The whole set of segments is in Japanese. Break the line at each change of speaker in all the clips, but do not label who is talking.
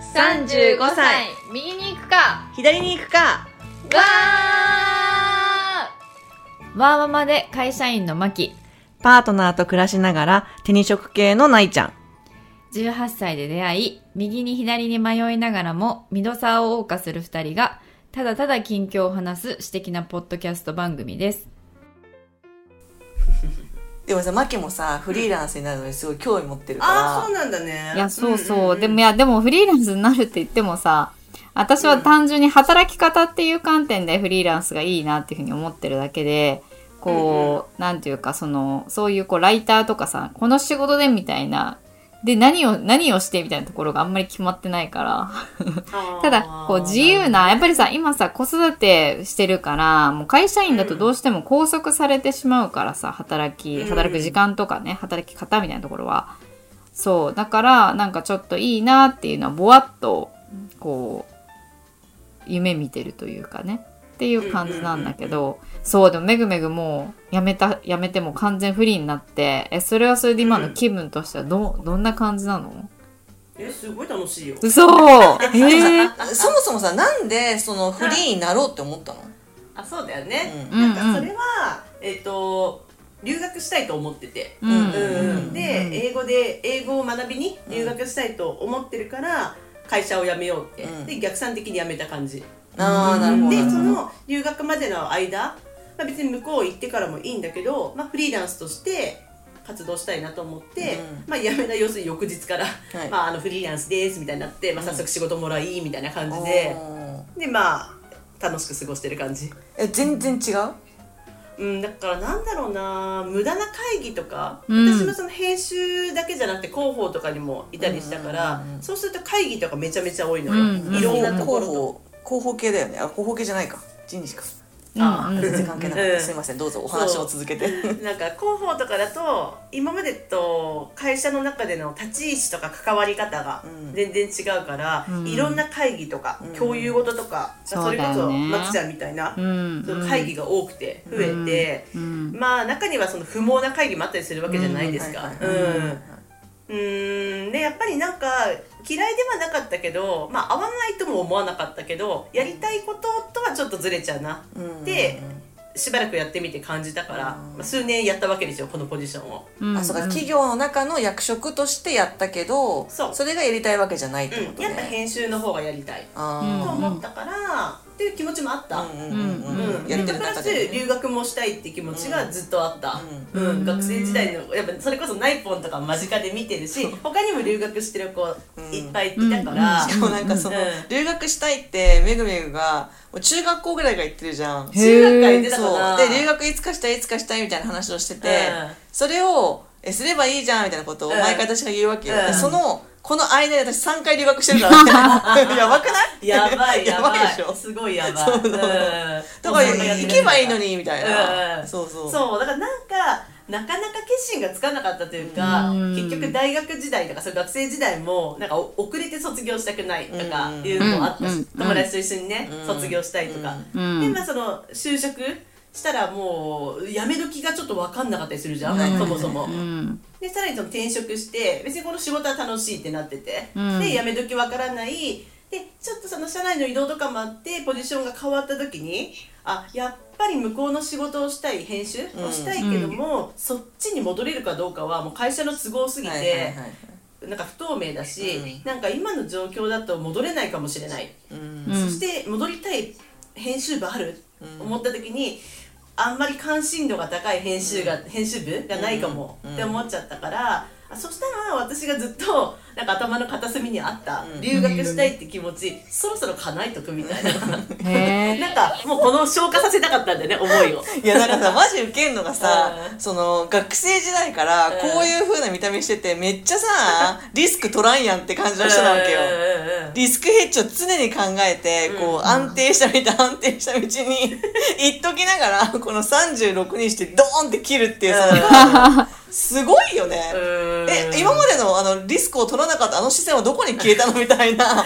35歳
右に行くか
左に行くか
わ
わーままで会社員のまき
パートナーと暮らしながら手に職系のないちゃん
18歳で出会い右に左に迷いながらもミドサーを謳歌する2人がただただ近況を話す私的なポッドキャスト番組です
でもさマキもさフリーランスになるのにすごい興味持ってるから
ああそうなんだね
いや、そうそう。
んんん
でも、いや、でもフリーランスになるって言ってもさ、私は単純に働き方っていう観点でフリーランスがいいなっていうふうに思ってるだけで、こう、なんていうか、その、そういうこう、ライターとかさ、この仕事でみたいな、で、何を、何をしてみたいなところがあんまり決まってないから。ただ、こう自由な、やっぱりさ、今さ、子育てしてるから、もう会社員だとどうしても拘束されてしまうからさ、働き、
うん
働く時間とかね、働き方みたいなところは。そう、だから、なんかちょっといいなっていうのは、ぼわっと、こう、夢見てるというかね、っていう感じなんだけど、そう、でもめぐめぐもう、やめた、やめてもう完全フリーになって、え、それはそれで今の気分としては、ど、どんな感じなの
えすごい楽しいよ
嘘えー
そもそもさなんでそのフリーになろうって思ったの、
あそうだよね、
うん
うん
なんかそれはえっ、と留学したいと思ってて、
うんうん
うんで英語で英語を学びに留学したいと思ってるから会社を辞めようって、
うん
で逆算的に辞めた感じ、
ああなるほど
で
なる
そ
ほど
の留学までの間、まあ、別に向こう行ってからもいいんだけど、まあ、フリーランスとして活動したいなと思って、
うん
まあ、辞めた要するに翌日から、
い
まあ、あのフリーランスですみたいになって、まあ、早速仕事もらいみたいな感じで、
おー
でまあ楽しく過ごしてる感じ。
え全然違う
うん、だからなんだろうな無駄な会議とか、
うん
私もその編集だけじゃなくて広報とかにもいたりしたから、そうすると会議とかめちゃめちゃ多いのよ、
うんうん
いろんな
広
ところと
報広報系だよねあ広報系じゃないか人事か
あ
うんうん
全然関係なかった、
うん
すいませんどうぞお話を続けて
なんか広報とかだと今までと会社の中での立ち位置とか関わり方が
うん
全然違うから、
うん
いろんな会議とか、
うん
共有事とか、
そう
それこ
だよ
そ
ね
まきちゃんみたいな、
うん
その会議が多くて増えて、
うん
まあ中にはその不毛な会議もあったりするわけじゃないですか。
うん
うんうーんねやっぱりなんか嫌いではなかったけど、まあ、合わないとも思わなかったけどやりたいこととはちょっとずれちゃうな
うん
でしばらくやってみて感じたから、まあ数年やったわけですよこのポジションを。
うん
あそうか企業の中の役職としてやったけど
そう
れがやりたいわけじゃないって
う
こ
ん、
と
やっぱ
ね、
編集の方がやりたいと
あ
思ったから、っていう気持ちもあった。
あ
うん
うんうんうんうん
う
うんんやって
で
る
プラ
中
ス
でね
留学もしたいって気持ちがずっとあった、うん学生時代のやっぱそれこそナイポンとか間近で見てるし他にも留学してる子いっぱいいたから、
しかもなんかその、
うん
留学したいってめぐめぐがもう中学校ぐらいから言ってるじゃん
へ
中学から行ってたか
そ
な
うで留学いつかしたいいつかしたいみたいな話をしてて、
うん
それをえすればいいじゃんみたいなことを毎回私が言うわけよ、
うん
でそのこの間で私3回留学してる からねやばくない
やばいや
や
ば
ば
い
いでしょ
すごいやばい
そう
うん
だから
もうそんなやつ
行けばいいのにみたい
うんう
な、
ん
そうそう
そうだからなんかなかなか決心がつかなかったというか、
うん
結局大学時代とかそういう学生時代もなんかお遅れて卒業したくないとか
うん
いうのもあったし、
うん
友達と一緒にね、
うん
卒業したいとか、
うん
でまあその就職したらもう辞める気がちょっと分かんなかったりするじゃん、
うん
そもそも、
うん
でさらにその転職して別にこの仕事は楽しいってなってて、
うん
で辞め時わからないでちょっとその社内の移動とかもあってポジションが変わった時にあやっぱり向こうの仕事をしたい編集をしたいけども、そっちに戻れるかどうかはもう会社の都合すぎて、
はいはいはい
なんか不透明だし、
うん
なんか今の状況だと戻れないかもしれない、
うん
うん
そして戻りたい編集部ある、思った時にあんまり関心度が高い編集が、編集部がないかも
うん
って思っちゃったから、あそしたら私がずっとなんか頭の片隅にあった、
うん
留学したいって気持ちそろそろ叶えとくみたいな
へえ
なんかもうこの消化させたかったんだよね思いを。
いやだからさマジウケんのがさ、
うん
その学生時代から
うん
こういう風な見た目しててめっちゃさリスク取らんやんって感じの人なわけよ、
うんうんうん
リスクヘッジを常に考えて、こう、安定した道、安 定した道に行っときながら、この36にしてドーンって切るっていう、その、すごいよね。
うん
え、今までのあの、リスクを取らなかったあの視線はどこに消えたのみた いな。でも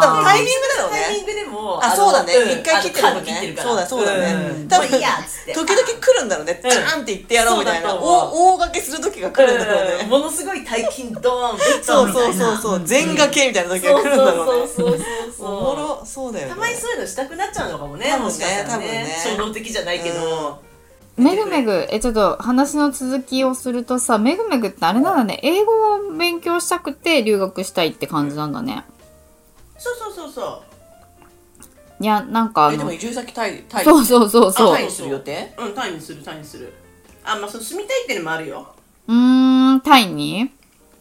多分タイミングだろう
タイミン
ね。
グでも
あ、
の
そうだね。
ん
一回切ってるもん
あのカード切って
ね
る。から
そうだ、そうだ
う
ね
ん。
多
も
分、
うい
時
いやっつって
々来るんだろうね。ダーンって言ってやろうみたいな。
そうだと思う
大大掛けする時が来るんだろう
うん
ね。
ものすごい大金ドーンベッドン
そう
みたい
そう
な
そうそう。全掛けみたいな時
そ
が
う
来るんだろうね。
そうそうそう
お
そう
もろ、そうだよね。
たまにそういうのしたくなっちゃうのかもね
多分ね
もしかしたら
多分ね
衝動的じゃないけど、
めぐめぐ、え、ちょっと話の続きをするとさ、めぐめぐってあれなんだね。英語を勉強したくて留学したいって感じなんだね。
そうそうそうそ
いや、なんかあ
えでも
の、
移住先タイ、タイ。
そうそうそう
あ
そ
タイ
う
に。する予定
ううん単位にする単位にするあまあその住みたいっていうのもあるよ
うーん、タイに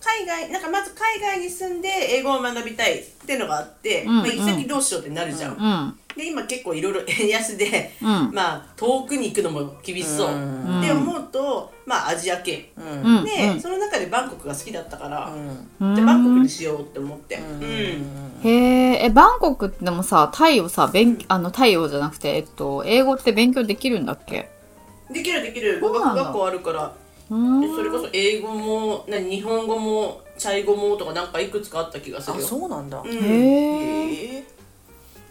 海外なんかまず海外に住んで英語を学びたいっていうのがあって、
ん
まあ、行き先どうしようってなるじゃん、
うん。
で今結構いろいろ 円安で、
うん
まあ遠くに行くのも厳しそう、
うん
って思うとまあアジア系、
うん
うん。
で、その中でバンコクが好きだったから、
うん
じゃあバンコクにしようって思ってうん、
へえ、え、バンコクってでもさ、タイをさ、勉あの、タイをじゃなくて、えっと、英語って勉強できるんだっけ
できるできる語
うなん
学
だ
学校あるから
うーん。
それこそ英語も何日本語もチャイ語もとかなんかいくつかあった気がす
あ
るよ
そうなんだ
うん、で
へえ。
え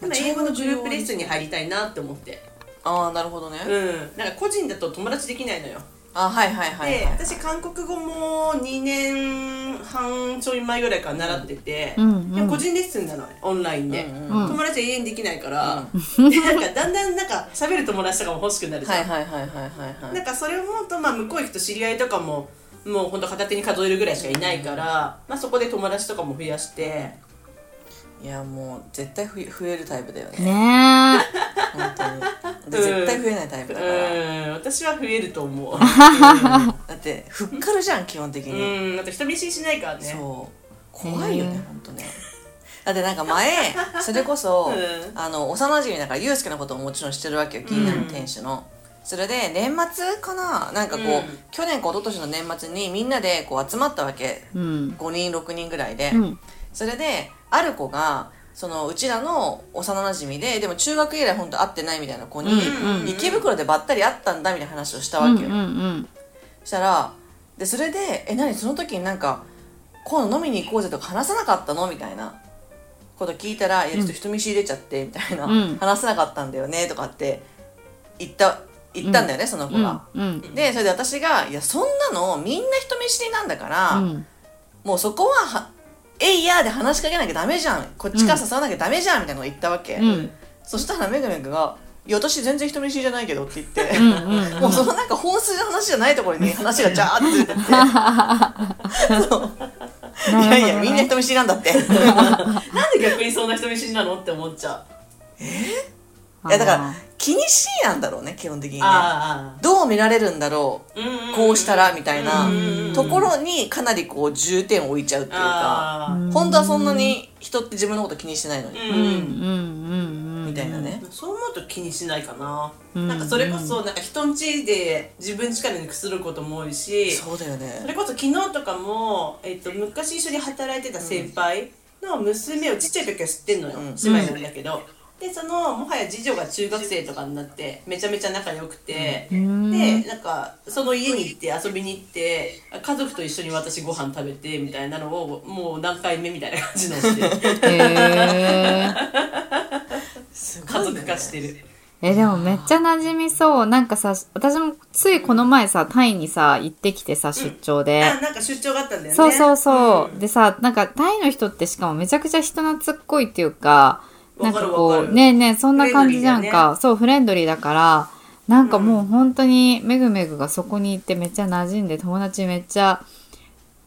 も英語のグループレッスンに入りたいなって思って
ああなるほどね、
うんなんか個人だと友達できないのよ
あはいはいはいはい
で私韓国語も2年半ちょい前ぐらいから習ってて、
うんうん
でも個人レッスンなのオンラインで、
うん
うん
友達は永遠できないから、でなんかだんだんなんか喋る友達とかも欲しくなるじゃん、
はいはいはいはいはいは
ないんかそれを思うと、まあ、向こう行くと知り合いとかももうほんと片手に数えるぐらいしかいないから、まあ、そこで友達とかも増やして
いやもう絶対ふ増えるタイプだよね
ねえ。
本当にで
うん
絶対増えないタイプ
う
だから
ん私は増えると 思う
だってふっかるじゃん基本的
う
に、
んだって人見知りしないからね
そう怖いよね、本当ねだってなん か前それこそ、
うん
あの幼馴染だからユうスケのことももちろん知ってるわけよ気になる店主の、それで年末かななんかこう、
うん
去年か一昨年の年末にみんなでこう集まったわけ
うん。
5人6人ぐらいで、
うん。
それである子がそのうちらの幼なじみででも中学以来本当会ってないみたいな子に、
うんうん
池袋でばったり会ったんだみたいな話をしたわ
うん
け
う
よ、
んうん。
したらでそれで「え何その時になんか今度飲みに行こうぜ」とか話さなかったのみたいなこと聞いたら「いやちょっと人見知り出ちゃって」みたいな、
うん
話せなかったんだよね」とかって言った言ったんだよね、その子が。
うんうん。
でそれで私が「いやそんなのみんな人見知りなんだから、
うん
もうそこはは「えいや」で話しかけなきゃダメじゃんこっちから誘わなきゃダメじゃんみたいなのを言ったわけ、
うん
そしたらめぐめぐが「いや私全然人見知りじゃないけど」って言って、
うんうん
もうそのなんか本数の話じゃないところに話がジャーって出てってそういやいやみんな人見知りなんだってい
なんで逆にそんな人見知りなのって思っちゃう
やだから気にしいなんだろうね基本的にね
あ
どう見られるんだろう
あうん
こうしたらみたいな
うん
ところにかなりこう重点を置いちゃうっていうか
あ
本当はそんなに人って自分のこと気にしてないのに
ーうん
うんうんうん
みたいなね
そう思うと気にしないかな、
ん
なんかそれこそなんか人んちで自分力にくすることも多いし
そうだよ
そ
ね
れこそ昨日とかも、えっと昔一緒に働いてた先輩の娘をちっちゃい時から知ってんのよ、
うん
姉妹なんだけど、でそのもはや次女が中学生とかになってめちゃめちゃ仲良くて、
ん
でなんかその家に行って遊びに行って家族と一緒に私ご飯食べてみたいなのをもう何回目みたいな感じのをして
へえ
すご
家
いよ
族
ね
化してる。
えでもめっちゃ馴染みそうなんかさ私もついこの前さタイにさ行ってきてさ出張で、
あなんか出張があったんだよね
そうそうそう、でさなんかタイの人ってしかもめちゃくちゃ人懐っこいっていうかなんか
わかる
こ
わか
う
る
ねえねえそんな感じじゃん
フレンドリーだ
か、そうフレンドリーだからなんかもう本当にめぐめぐがそこに行ってめっちゃ馴染んで友達めっちゃ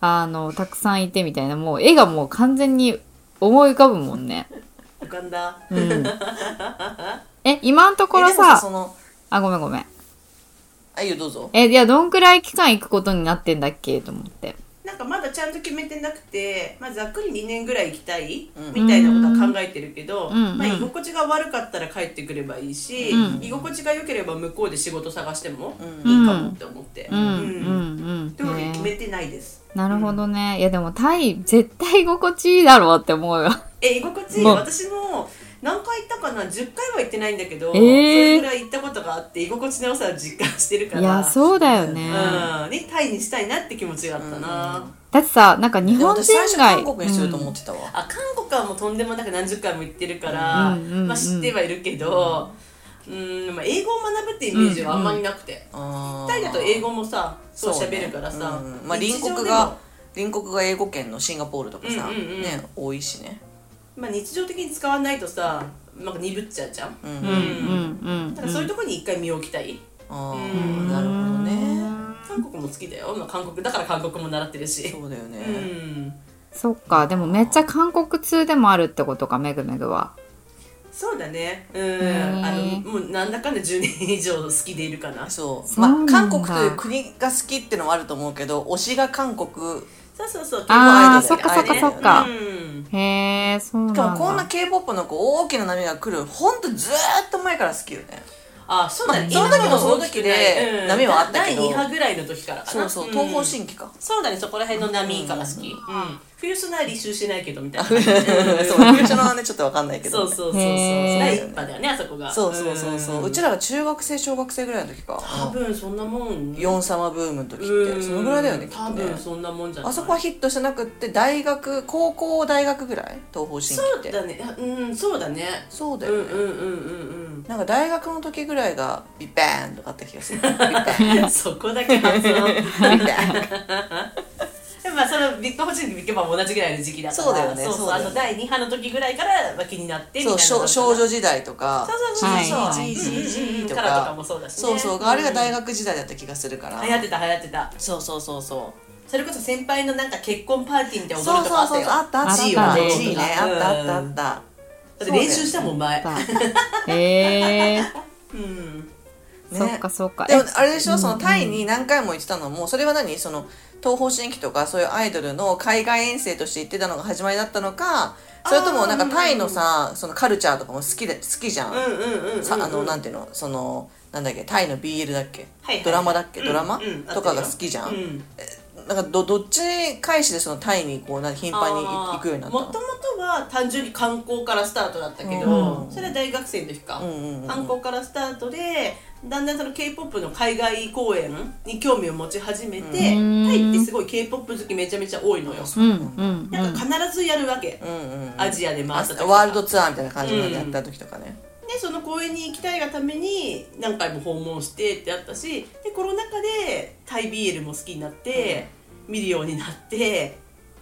あのたくさんいてみたいなもう絵がもう完全に思い浮かぶもんね。
浮かんだ
うん、え今のところ
えでも
さ
その
あごめんごめん
あいいよどうぞ
えいやどんくらい期間行くことになってんだっけと思って
なんかまだちゃんと決めてなくて、まあ、ざっくり2年ぐらい行きたい
うん
みたいなことは考えてるけど、
うん
まあ、
うん
居心地が悪かったら帰ってくればいいし、
うん
居心地が良ければ向こうで仕事探しても
うん
いいかもって思って、
うんうん
で
うん
も
ね
決めてないです
なるほどね。いやでもタイ絶対居心地いいだろうって思うよ。
え居心地いい
まあ
私も何回行ったかな10回は行ってないんだけど、
えー
それぐらい行ったこことがあって居心地の良さを実感してるから
いや、そうだよね。
うん、にタイにしたいなって気持ちがあったな、
だってさ、なんか日
でも
本人
私最初
街。
韓国にすると思ってたわ、
あ韓国はもうとんでもなく何十回も行ってるから、
うんうんうん
まあ、知ってはいるけど、うんまあ、英語を学ぶってイメージはあんまりなくて、
あー
タイだと英語もさそう
ね
喋るからさ、
うんまあ、
日
隣
常でも
国が隣国が英語圏のシンガポールとかさ、
うんうんうん
ね多いしね
まあ、日常的に使わないとさなんか鈍っちゃうじゃん、
うん、
うんうん
だか
う
ら
ん。
そういうところに一回身を置きたい、
あ
う
あ
ん
なるほどね
韓国も好きだよ、まあ、韓国だから韓国も習ってるし
そうだよね、
うん
そっか、でもめっちゃ韓国通でもあるってことか、めぐめぐは。
そうだねうん
ん
あのもうなんだかんだ10年以上好きでいるかな
そう
そうな
ま
ん
あ
だ
韓国という国が好きってのもあると思うけど推しが韓国
そうそうそう
あー
結構アイドルだよね
そっかそっかそっ
か
うん
へえ、そうなん
し
だ。
かもこんな k p o p のこう大きな波が来るほんとずーっと前から好きよね
あそうだね、
まあその時もその時で
うん
波はあったけど
第2波ぐらいの時からか
そ
な
うそう、
ん
東方神起か
そうだねそこら辺の波から好き、うん冬砂は履修しないけどみたいな
そう優勝はねちょっとわかんないけ
そ
ど
う
ね
そうそうそう
へー
第一波だよねあそこが
そうそうそうそううちらが中学生小学生ぐらいの時か
多分そんなもん
ヨン様ブームの時ってそのぐらいだよね
うん
きっと
多
ね
分そんなもんじゃない
あそこはヒットしてなくって大学高校大学ぐらい東方神起
そう
って
だねあうんそうだね
そうだ
う
よ
ん
ね、
うんうん
なんか大学の時ぐらいがビッバーンとかあった気 がするビッバーン
うんうんそこだけ発音
ビッバーン
でもまあそのビッグホジンとビッグバンも同じぐらいの時期だから
そうだよね
そうそ
そううだ
あ
よね
の第二波の時ぐらいからまあ気になってみたい
そ
な
う少少女時代とか
そうそう
はい
そうそう
はい
GGGG と
カラーとか
か
もそうだしね
そうそうがあれが大学時代だった気がするから
流行ってた流行ってた
そうそうそうそう
それこそ先輩のなんか結婚パーティーみたいな踊
そ
る
う
とか
そ
あった
うそう
よ
あったあった
あったね
いいねあったあったあ
うん
った
だって練習したもん前
へ え、
うん
ね
そっかそっか。
でもあれでしょそのタイに何回も行ってたのもそれは何その東方神起とかそういうアイドルの海外遠征として行ってたのが始まりだったのかそれともなんかタイのさそのカルチャーとかも好きで好きじゃん、
うんうんうんうん
さあのなんていうのそのなんだっけタイの BL だっけ、
はいはい
ドラマだっけ、
うん
ドラマ、
うん
とかが好きじゃん、
うん
なんかどどっち返しでそのタイにこうなんか頻繁に行行くようになった
もともとは単純に観光からスタートだったけ
う
ど
ん
それは大学生の時か、
うんうんうん
観光からスタートでだんだんその k p o p の海外公演に興味を持ち始めて、
ん
タイってすごい k p o p 好きめちゃめちゃ多いのよ、
うんうんう
なん
ん。
か必ずやるわけ、
うんうんうん
アジアで回
あ
った時とか
ワールドツアーみたいな感じでやった時とかね、
でその公園に行きたいがために何回も訪問してってあったしでコロナ禍でタイビールも好きになって、見るようになって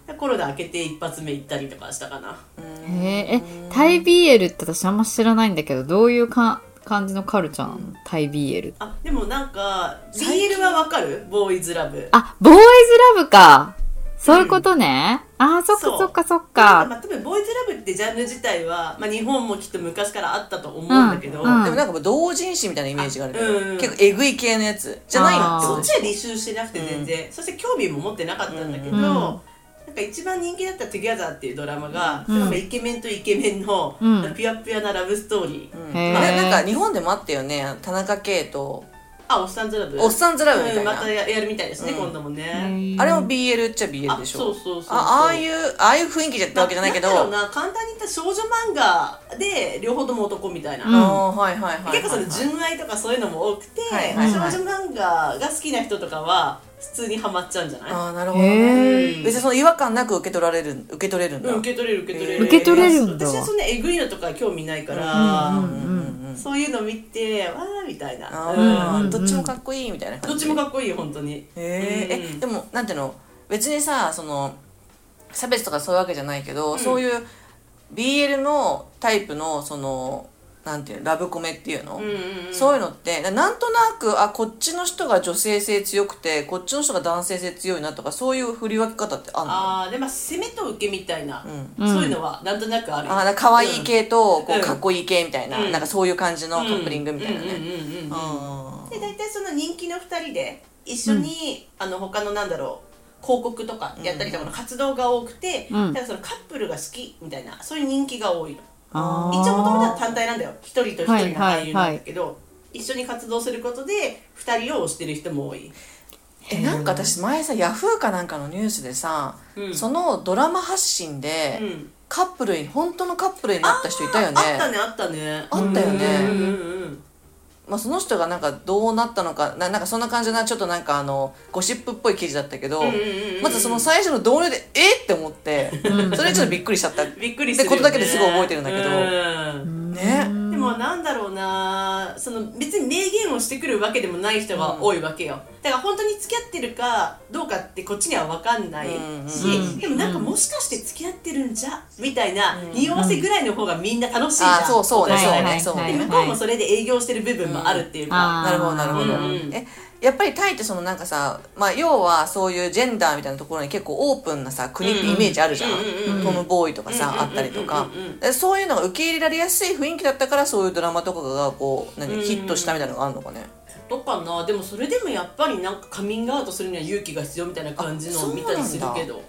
でコロナ明けて一発目行ったりとかしたかな
へえ、え、タイ BL って私あんま知らないんだけど、どういうか感じのカルチャーなのタイ BL。
あでもなんか
最近
BL はわかるボーイズラブ
あ、ボーイズラブか。そういうことね。あー、そっ
そ
か
う
そっかそっ
ま
か。
あ、多分ボーイズラブってジャンル自体は、まあ、日本もきっと昔からあったと思うんだけど、
うんうん
でもなんかもう同人誌みたいなイメージがあるけど、
うんうん
結構えぐい系のやつじゃないのって
そ
こと
っ
で
ち
しょ
は履修してなくて全然、そして興味も持ってなかったんだけど、
うん
なんか一番人気だった「Together」っていうドラマが、それはイケメンとイケメンの、
うん
ピュアピュアなラブストーリー、
うん
へー
ななんか日本でもあったよね田中圭と
あおっさんずラブ
おっさんずラブみたいな
うんまたややるみたいですね、今度もね、
あれも BL っちゃ BL でしょ
あそうそうそうそう
あああいうああいう雰囲気じゃったわけじゃないけど
んだろうな簡単に言ったら少女漫画で両方とも男みたいな、
うん
あーはいはいはいはい、
結構その純愛とかそういうのも多くて、
はいはい
はい
少女漫画が好きな人とかは普通にハマっちゃうんじゃない、
ああなるほどね
へえ。
うん
別にその違和感なく受け取られる受け取れるんだ、
うん、受け取れる受け取れる、
受け取
れるんだ
私はそんなえぐいのとか興味ないから、
うんうん
そういうの見てわーみたいな、
あ
う
ー
ん、
どっちもかっこいいみたいな
ど
感
っ
じ
ちもかっこいい本当に
へー
うん
えでもなんていうの別にさその差別とかそういうわけじゃないけど、そういう BL のタイプのそのなんていうのラブコメっていうの、
うんうんうん
そういうのってななんとなくあこっちの人が女性性強くてこっちの人が男性性強いなとかそういう振り分け方ってあんのあ
あーでまあ攻めと受けみたいな、
ん
そういうのはなんとなくある
あなんか可愛い系とこ
う
うんかっこいい系みたいな、
うん
なんかそういう感じの
う
カ
ん
ップリングみたいなね、
うんうんうんうんうん
あー
で大体その人気の2人で一緒に、あの他のなんだろう広告とかやったりとかの活動が多くて、
うん
だからそのカップルが好きみたいなそういう人気が多いの
あー
一応もともとは単体なんだよ一人と一人の
はいはい
俳優なんだけど、一緒に活動することで2人を推してる人も多い
えなんか私前さヤフーかなんかのニュースでさ、
うん
そのドラマ発信で、
うん
カップルに本当のカップルになった人いたよね
あったねあったね
あったよね
うんうんうんうん
まあ、その人がなんかどうなったのかななんかそんな感じなちょっとなんかあのゴシップっぽい記事だったけど、まずその最初の導入でえっって思ってそれにちょっとびっくりしちゃった
びっくりする
でことだけですごい覚えてるんだけど
ど
ね
でもなんだろうなその別に名言をしてくるわけでもない人が多いわけよ、だから本当に付き合ってるかどうかってこっちには分かんない
うんうん
し、でもなんかもしかして付き合ってるんじゃみたいな匂わせぐらいの方がみんな楽しいじゃん、
あそうそうね
はい
そう
は
ね
い
そう
はい
で向
ね
こうもそれで営業してる部分もあるっていうか、
あー
なるほどなるほど、
うんうん
えやっぱりタイってそのなんかさ、まあ、要はそういうジェンダーみたいなところに結構オープンなさ国ってイメージあるじゃん,、
うん
トム・ボーイとかさ、あったりとか
うんうんうんうん、
でそういうのが受け入れられやすい雰囲気だったからそういうドラマとかがこう何、ヒットしたみたいなのがあるのかね
とかなでもそれでもやっぱりなんかカミングアウトするには勇気が必要みたいな感じのを見たりするけど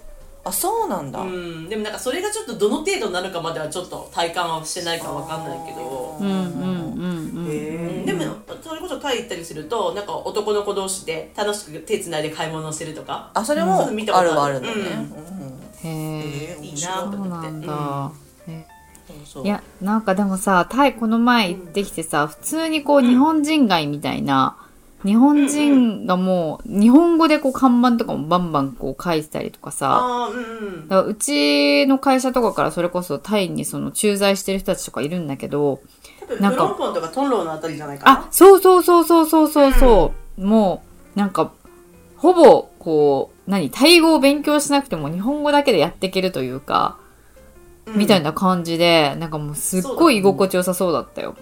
あそうなんだ、
うん、でもなんかそれがちょっとどの程度なのかまではちょっと体感はしてないかわかんないけど、
うんうんうんうん。
うんでもそれこそタイ行ったりするとなんか男の子同士で楽しく手つないで買い物をしてるとか
あそれも
うん見たこ
ある
と
は
あ
あ
る
るんだよね、うん
へえ。
えー
いい
面
な
白い
と
そう
思っ
な
て
んだ。え
そう
いや、なんかでもさ、タイこの前行ってきてさ、普通にこう日本人街みたいな、日本人がもう、日本語でこう看板とかもバンバンこう書いてたりとかさ、
ああーうんうん
だからうちの会社とかからそれこそタイにその駐在してる人たちとかいるんだけど、
多分
な
ブ
んか
ロンポンとかトンローのあたりじゃないかな
あ、そうそうそうそうそうそうそう、もう、なんか、ほぼ、こう、何、タイ語を勉強しなくても日本語だけでやっていけるというか、みたいな感じで、なんかもうすっごい居心地よさそうだったよ。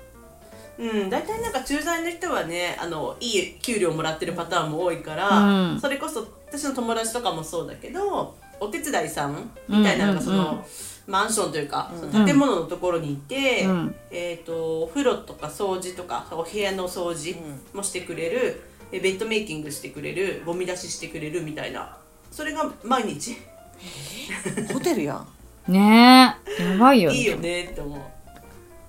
うん、大体なんか駐在の人はねあのいい給料もらってるパターンも多いから、
うん
それこそ私の友達とかもそうだけどお手伝いさんみたいなのがその、
うんうん
マンションというか、その建物のところにいて、
うん
えー、とお風呂とか掃除とかお部屋の掃除もしてくれる、えベッドメイキングしてくれるゴミ出ししてくれるみたいなそれが毎日
ホテルやん
ねえ、やばいよね。
いいよねって思う。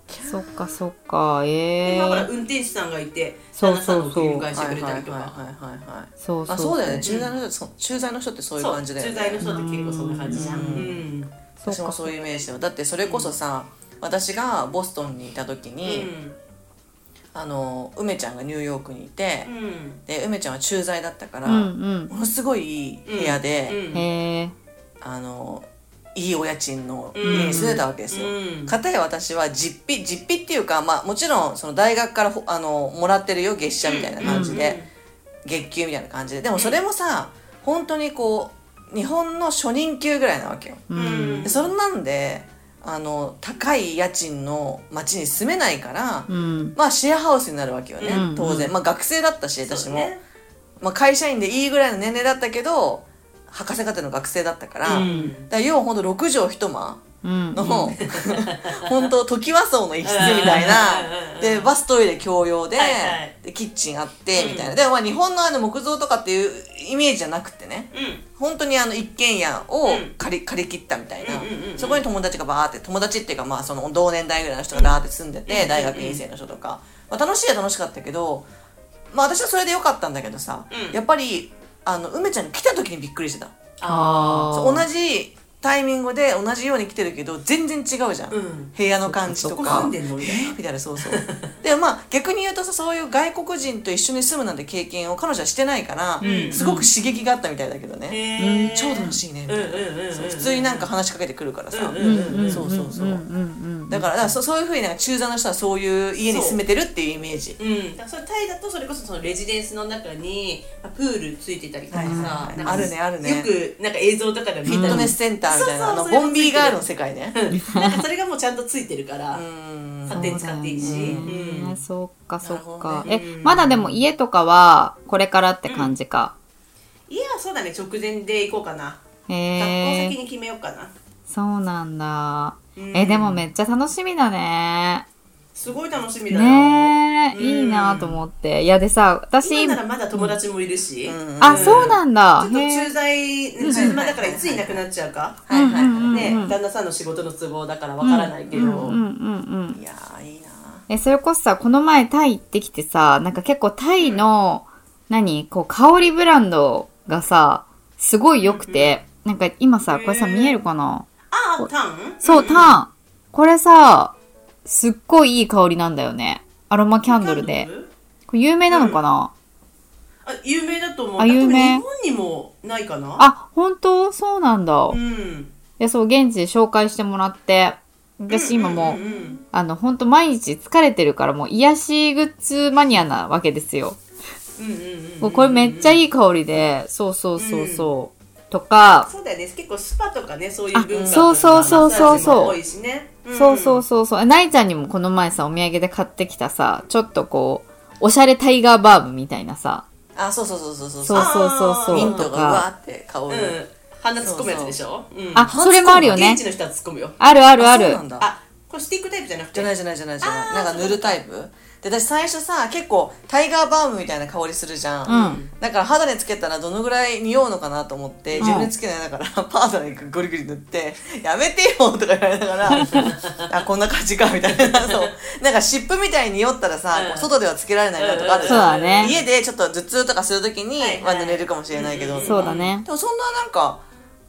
そっかそっか、ええ
今から運転手さんがいて
そ
旦那さ
う
んの
そう
送
そう
り迎えしてくれたりと
はいは
か。
いはいはいはい
そうそう
あそうだよね駐在の人ってそ駐在の人ってそういう
そう
感じだよ
駐
ね
在の人って結構そんな感じじゃん、うん
そう
私も
か
そ
そうう
いう
か。
イメージだよだってそれこそさ、私がボストンにいた時に、あの梅ちゃんがニューヨークにいて、
うん
で梅ちゃんは駐在だったから、
うん
ものすごいいい部屋で、
うん。へえ
あのいいお家賃の
ん
家に住んでたわけですよ。
うん
かたや私は実費実費っていうか、まあ、もちろんその大学からほあのもらってるよ月謝みたいな感じで、月給みたいな感じででもそれもさ本当にこう日本の初任給ぐらいなわけよ。
うん
でそれなんであの高い家賃の町に住めないから、
うん。
まあシェアハウスになるわけよね、
うん
当然、まあ、学生だったし私
そう
も、
ね
まあ、会社員でいいぐらいの年齢だったけど博士課程の学生だったから、
うん
だから要はほんと6畳一間
うん。
の、ほん、 本当トキワ荘の一室みたい
うんうんうんう
なんでバストイレ共用で,、
はいはい
でキッチンあってみたいな、でもまあ日本のあの木造とかっていうイメージじゃなくてね本当にあの一軒家を
うん
借り,、借り切ったみたいな、
うんうんうんうん
そこに友達がバーって友達っていうかまあその同年代ぐらいの人がバーって住んでて、大学院生の人とか、まあ、楽しいは楽しかったけどまあ私はそれでよかったんだけどさ、
うん
やっぱりあの梅ちゃんが来た時にびっくりしてた。
あ
そう同じタイミングで同じように来てるけど全然違うじゃん、
うん
部屋の感じと
そこ
か
住んでんのみたいな
みたいなそうそうでまあ逆に言うとさそういう外国人と一緒に住むなんて経験を彼女はしてないから、
ん
すごく刺激があったみたいだけどね、
へー
超楽しいねみたいな、
うんうんうんうん
そう普通になんか話しかけてくるからさ、
うんうんうん
そうそうそう、
うんうんうん。
だからだからそそういうふうになんか中座の人はそういう家に住めてるっていうイメージ
うん、だからそれタイだとそれこそそのレジデンスの中にあプールついてたりとかさ、
はいはいはい
なんか
あるねあるね
よくなんか映像とかで見
フィッ
た
ト
り
ネスセンターみたいな、
そうそう
あ
それ
の
も
ボンビーガールの世界ね、
なんかそれがもうちゃんとついてるから
うん
勝手に使っていいし、
そうだよね
うん
そっかそ
なる
っ
ほど
か、
ね
えまだでも家とかはこれからって感じか、
家はそうだね直前で行こうかな、学
へ
校先
え
に決めようかな
そうなんだ、
ん
えでもめっちゃ楽しみだね
すごい楽しみだよ、
ねえ、
うん
いいなと思っていやでさ私
今ならまだ友達もいるし、
あそうなんだ
ちょっと
へ
駐
え
在駐在だからいついなくなっちゃうか、
はいはいはい、
ね、旦那さんの仕事の都合だからわからないけど、
うんうんうん
いやーいいな
えそれこそさこの前タイ行ってきてさなんか結構タイの、何こう香りブランドがさすごい良くて、なんか今さこれさ見えるかな、
ああタン
そう、ターン。これさ、すっごいいい香りなんだよね。アロマキャンドルで。これ有名なのかな、
あ有名だと思う
あ有名
多分日本にもないかな
あ、本当そうなんだ。
う
い
ん
や、そう、現地で紹介してもらって、私今もう、
うんうん
あの、本当毎日疲れてるから、もう癒しグッズマニアなわけですよ。
うんうんうんうん
もうこれめっちゃ
い
いい香りで、そうそうそうそう。とか、
そうだよね結構スパとかねそういう文化
あそうそうそうそ
マッサー
うそう
ジも多いしねん
そうそうそうそう。なイちゃんにもこの前さ、お土産で買ってきたさ、ちょっとこう、おしゃれタイガーバームみたいなさ、
あそうそうそうそうそう
そうそうそう
あー
そ
ミ
う
ン
と
トがうわ
か、
ーって香
う
る、
ん鼻突っ込むやつでしょうん
あ、それもあるよね
現。地の人は突っ込むよ
あるあるあ
そう
る
な。んだ
あこれスティックタイプじゃなく
じ
て
ゃないじゃないじゃないじゃないなんか塗るタイプで私最初さ結構タイガーバームみたいな香りするじゃん、
うん
だから肌につけたらどのぐらい匂うのかなと思って、
ん
自分でつけないだから パーダにゴリゴリ塗って「やめてよ」とか言われな がら「あこんな感じか」みたいなそうなんか湿布みたいに匂ったらさ、
うん
こう外ではつけられないなとかあるじ
そう
ゃん
だね。
家でちょっと頭痛とかするときに
はいはい
は塗れるかもしれないけど、
うん
そうだね。
でもそんななんか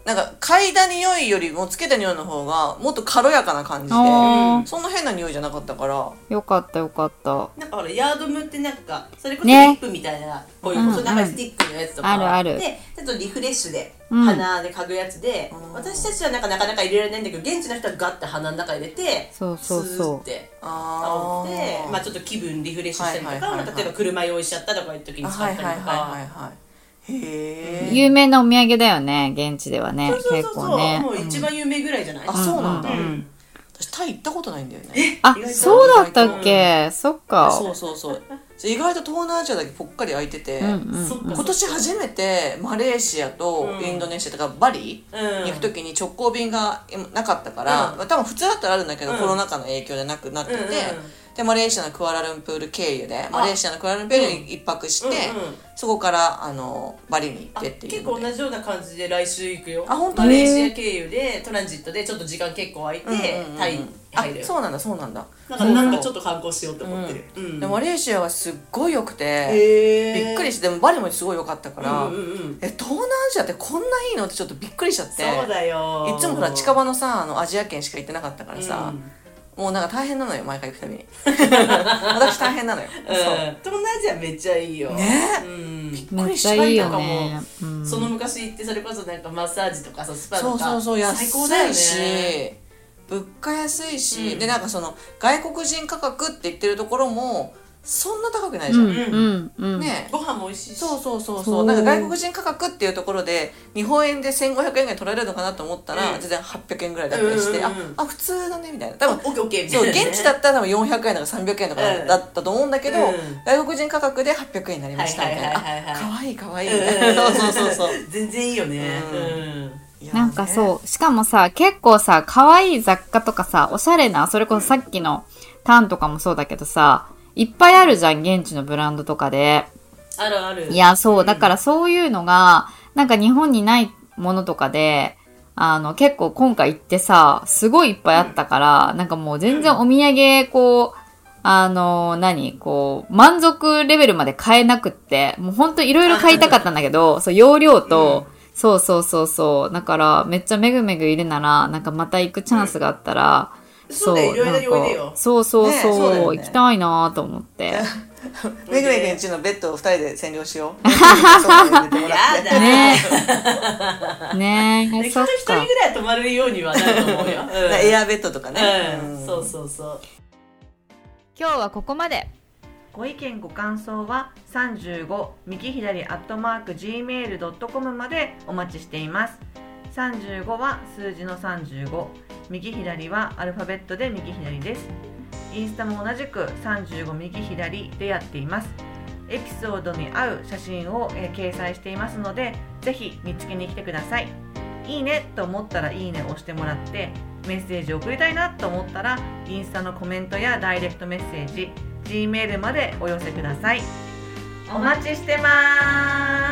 なんか嗅いだ匂いよりもつけた匂いの方がもっと軽やかな感じで
お
そんな変な匂いじゃなかったから
よかったよかった。
なんかほらヤードムってなんかそれこそリ
ね
ップみたいな、こういう細長いスティックのやつとか、
うんうんあるある
でちょっとリフレッシュで
うん
鼻で嗅ぐやつで、
うん
私たちはなんかなかなか入れられないんだけど現地の人はガッて鼻の中入れて
そうそう
スー
そ
っ
う。
て
あ
煽
ー
ってまあ、ちょっと気分リフレッシュしたりとか、
はいはいはいはい
まあ例えば車用意しちゃったとかいう時に使ったりとか、
はいはいはいはいはいへえ
有名なお土産だよね、現地ではね
そう。そう
結
そう
構
そう、
ね
も。う一番有名ぐらいじゃない、
あそうなんだ、
うん
私タイ行ったことないんだよね
あ
意外、と
そうだったっけそっか。
そうそうそう意外と東南アジアだけぽっかり空いてて、
うんうん
そっか
今年初めてマレーシアと
うん
インドネシアとかバリ
うん
に行く時に直行便がなかったから、
うん
まあ多分普通だったらあるんだけど、
うん
コロナ禍の影響でなくなってて、
うんうんうん
でマレーシアのクアラルンプール経由でマレーシアのクアラルンプールに一泊して、
うんうん
そこからあのバリに行
あ
ってっていう
結
の
構
で
同じような感じで来週行くよ
あ本当
マレーシア経由でトランジットでちょっと時間結構空いて、
うんうんうん
タイに入る
あそうなんだそうなんだ
だからなんかちょっと観光しようと思ってる、うん
でマレーシアはすっごい良くて、
へー
びっくりしてでもバリもすごい良かったから、
うんうんうん
え東南アジアってこんないいのってちょっとびっくりしちゃって
そうだよ
いつもほら近場のさあのアジア圏しか行ってなかったからさ、もうなんか大変なのよ毎回行く たびに私大変なのよ、
うん、
そう
東南アジアめっちゃいいよ
ね
うん
びっく
めっ
りし
ち
た
ゃ
いない
いよね。うん
その昔行ってそれこそなんかマッサージとかさスパ
そ
と
う
か
そうそう安
最高だよ
いし、
ね
物価安いし、
うん
でなんかその外国人価格って言ってるところもそんな高くないじ
う
ゃん、
んうんうん。
ね
ご飯も美味しいし
そうそうそう
そ
そううなんか外国人価格っていうところで日本円で1500円ぐらい取られるのかなと思ったら、
うん
全然800円ぐらいだったりして、
うんうんうん
ああ普通だねみたいな多分
オッケーオッケーみた
そう
いなね
現地だったら多分400円とか300円とか
うん
だったと思うんだけど、
うん
外国人価格で800円になりましたみたいな
はいはいはいはいはい
あ可愛い可愛い
うん
みたいな、 そうそうそうそう
全然いいよね
ういやーね
なんかそう、しかもさ、結構さ、可愛い雑貨とかさ、おしゃれな、それこそさっきのタンとかもそうだけどさ、いっぱいあるじゃん、現地のブランドとかで。
あるある
いや、そう、だからそういうのが、なんか日本にないものとかで、あの、結構今回行ってさ、すごいいっぱいあったから、なんかもう全然お土産、こう、あの、何こう、満足レベルまで買えなくって、もうほんといろいろ買いたかったんだけど、そう、容量と、そうそうそうそう、だからめっちゃめぐめぐいるなら、なんかまた行くチャンスがあったら、
そうだよいろいろ
なんか
おいでよ
そうそう
ねえ
そう
そうだよね
行きたいなと思って。
めぐめぐんちのベッドを2人で占領しよ う外で寝てもらって
やだ
ねえ。ねえ、
できっ
そ
と
っ
一人
か。
ぐらいは泊まれるようにはなると 思うよ、うん
エアーベッドとかね、
うん
ん
そうそうそう
今日はここまで
ご意見ご感想は35右左アットマーク gmail.com までお待ちしています35は数字の35右左はアルファベットで右左ですインスタも同じく35右左でやっていますエピソードに合う写真を、えー掲載していますのでぜひ見つけに来てくださいいいねと思ったらいいねを押してもらってメッセージを送りたいなと思ったらインスタのコメントやダイレクトメッセージ Gmail までお寄せください。お待ちしてます。